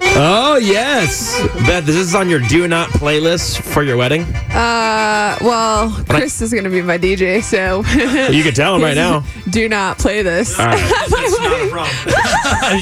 Oh yes, Beth. This is on your do not playlist for your wedding. Uh, well, I- Chris is going to be my DJ, so You can tell him right now. do not play this. All right. That's not a problem.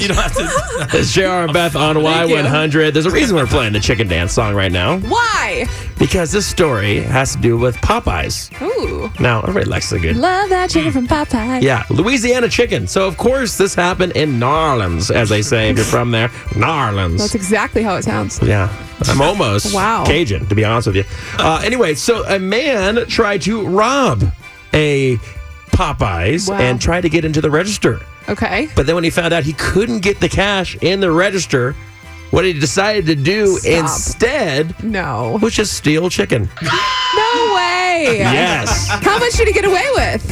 you don't have to. It's Jr. and Beth on Y100. There's a reason we're playing the chicken dance song right now Why? because this story has to do with Popeyes. Ooh, Now everybody likes the good. love that chicken from Popeye. Yeah, Louisiana chicken. So of course this happened in New Orleans, as they say if you're from there. New Orleans. That's exactly how it sounds. Yeah. I'm almost Wow. Cajun, to be honest with you. Uh, anyway, so a man tried to rob a Popeyes Wow. and tried to get into the register. Okay. But then when he found out he couldn't get the cash in the register, what he decided to do Stop. instead No. was just steal chicken. No way. Yes. How much did he get away with?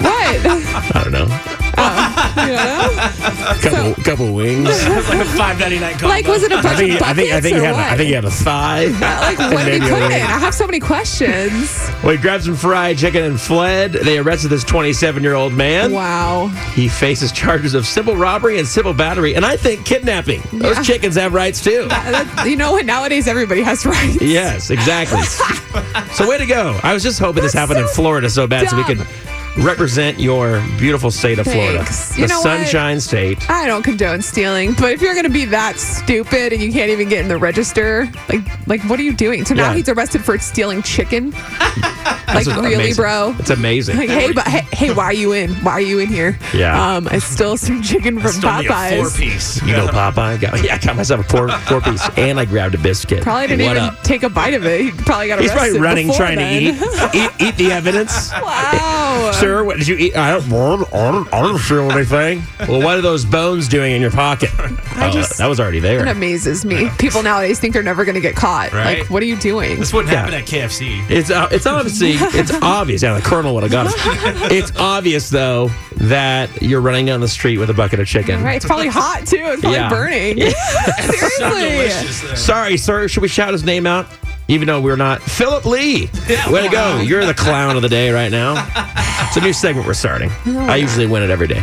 what? I don't know. You know? Couple couple wings. It's like a five ninety nine combo. Like, was it a bunch I think of I think I think buckets you or had what? I think you had a thigh. like, what did Maybe he a put in? wing. I have so many questions. Well, he grabbed some fried chicken and fled. They arrested this 27 year old man. Wow. He faces charges of simple robbery and civil battery, and I think kidnapping. Those chickens have rights too. That- you know what? Nowadays, everybody has rights. yes, exactly. so, way to go. I was just hoping this happened in so Florida so bad so we dumb. could represent your beautiful state of Thanks. Florida, You the know what? sunshine state. I don't condone stealing, but if you're going to be that stupid and you can't even get in the register, like, like what are you doing? So now Yeah. he's arrested for stealing chicken. Uh, like, It's really, amazing. bro? It's amazing. Like, hey, but hey, hey, why are you in? Why are you in here? Yeah. Um, I stole some chicken from Still need a four Popeyes. piece? you know, Popeye. Got, yeah, I got myself a four, four piece, and I grabbed a biscuit. Probably didn't what even up? take a bite of it. He probably got arrested. He's probably running, before trying then. to eat. eat. Eat the evidence. Wow. Sir, what did you eat? I don't, I don't, I don't feel anything. Well, what are those bones doing in your pocket? I Oh, just- that was already It there. amazes me. People nowadays think they're never going to get caught. Right. Like, what are you doing? This wouldn't Yeah. happen at KFC. It's uh, it's obviously it's obvious. Yeah, the colonel would have got us. It's obvious though that you're running down the street with a bucket of chicken. Right? It's probably hot too. It's probably Yeah. burning. Seriously. Delicious there. Sorry, sir. Should we shout his name out? Even though we're not Philip Lee. Way to go! You're the clown of the day right now. It's a new segment we're starting. I usually win it every day.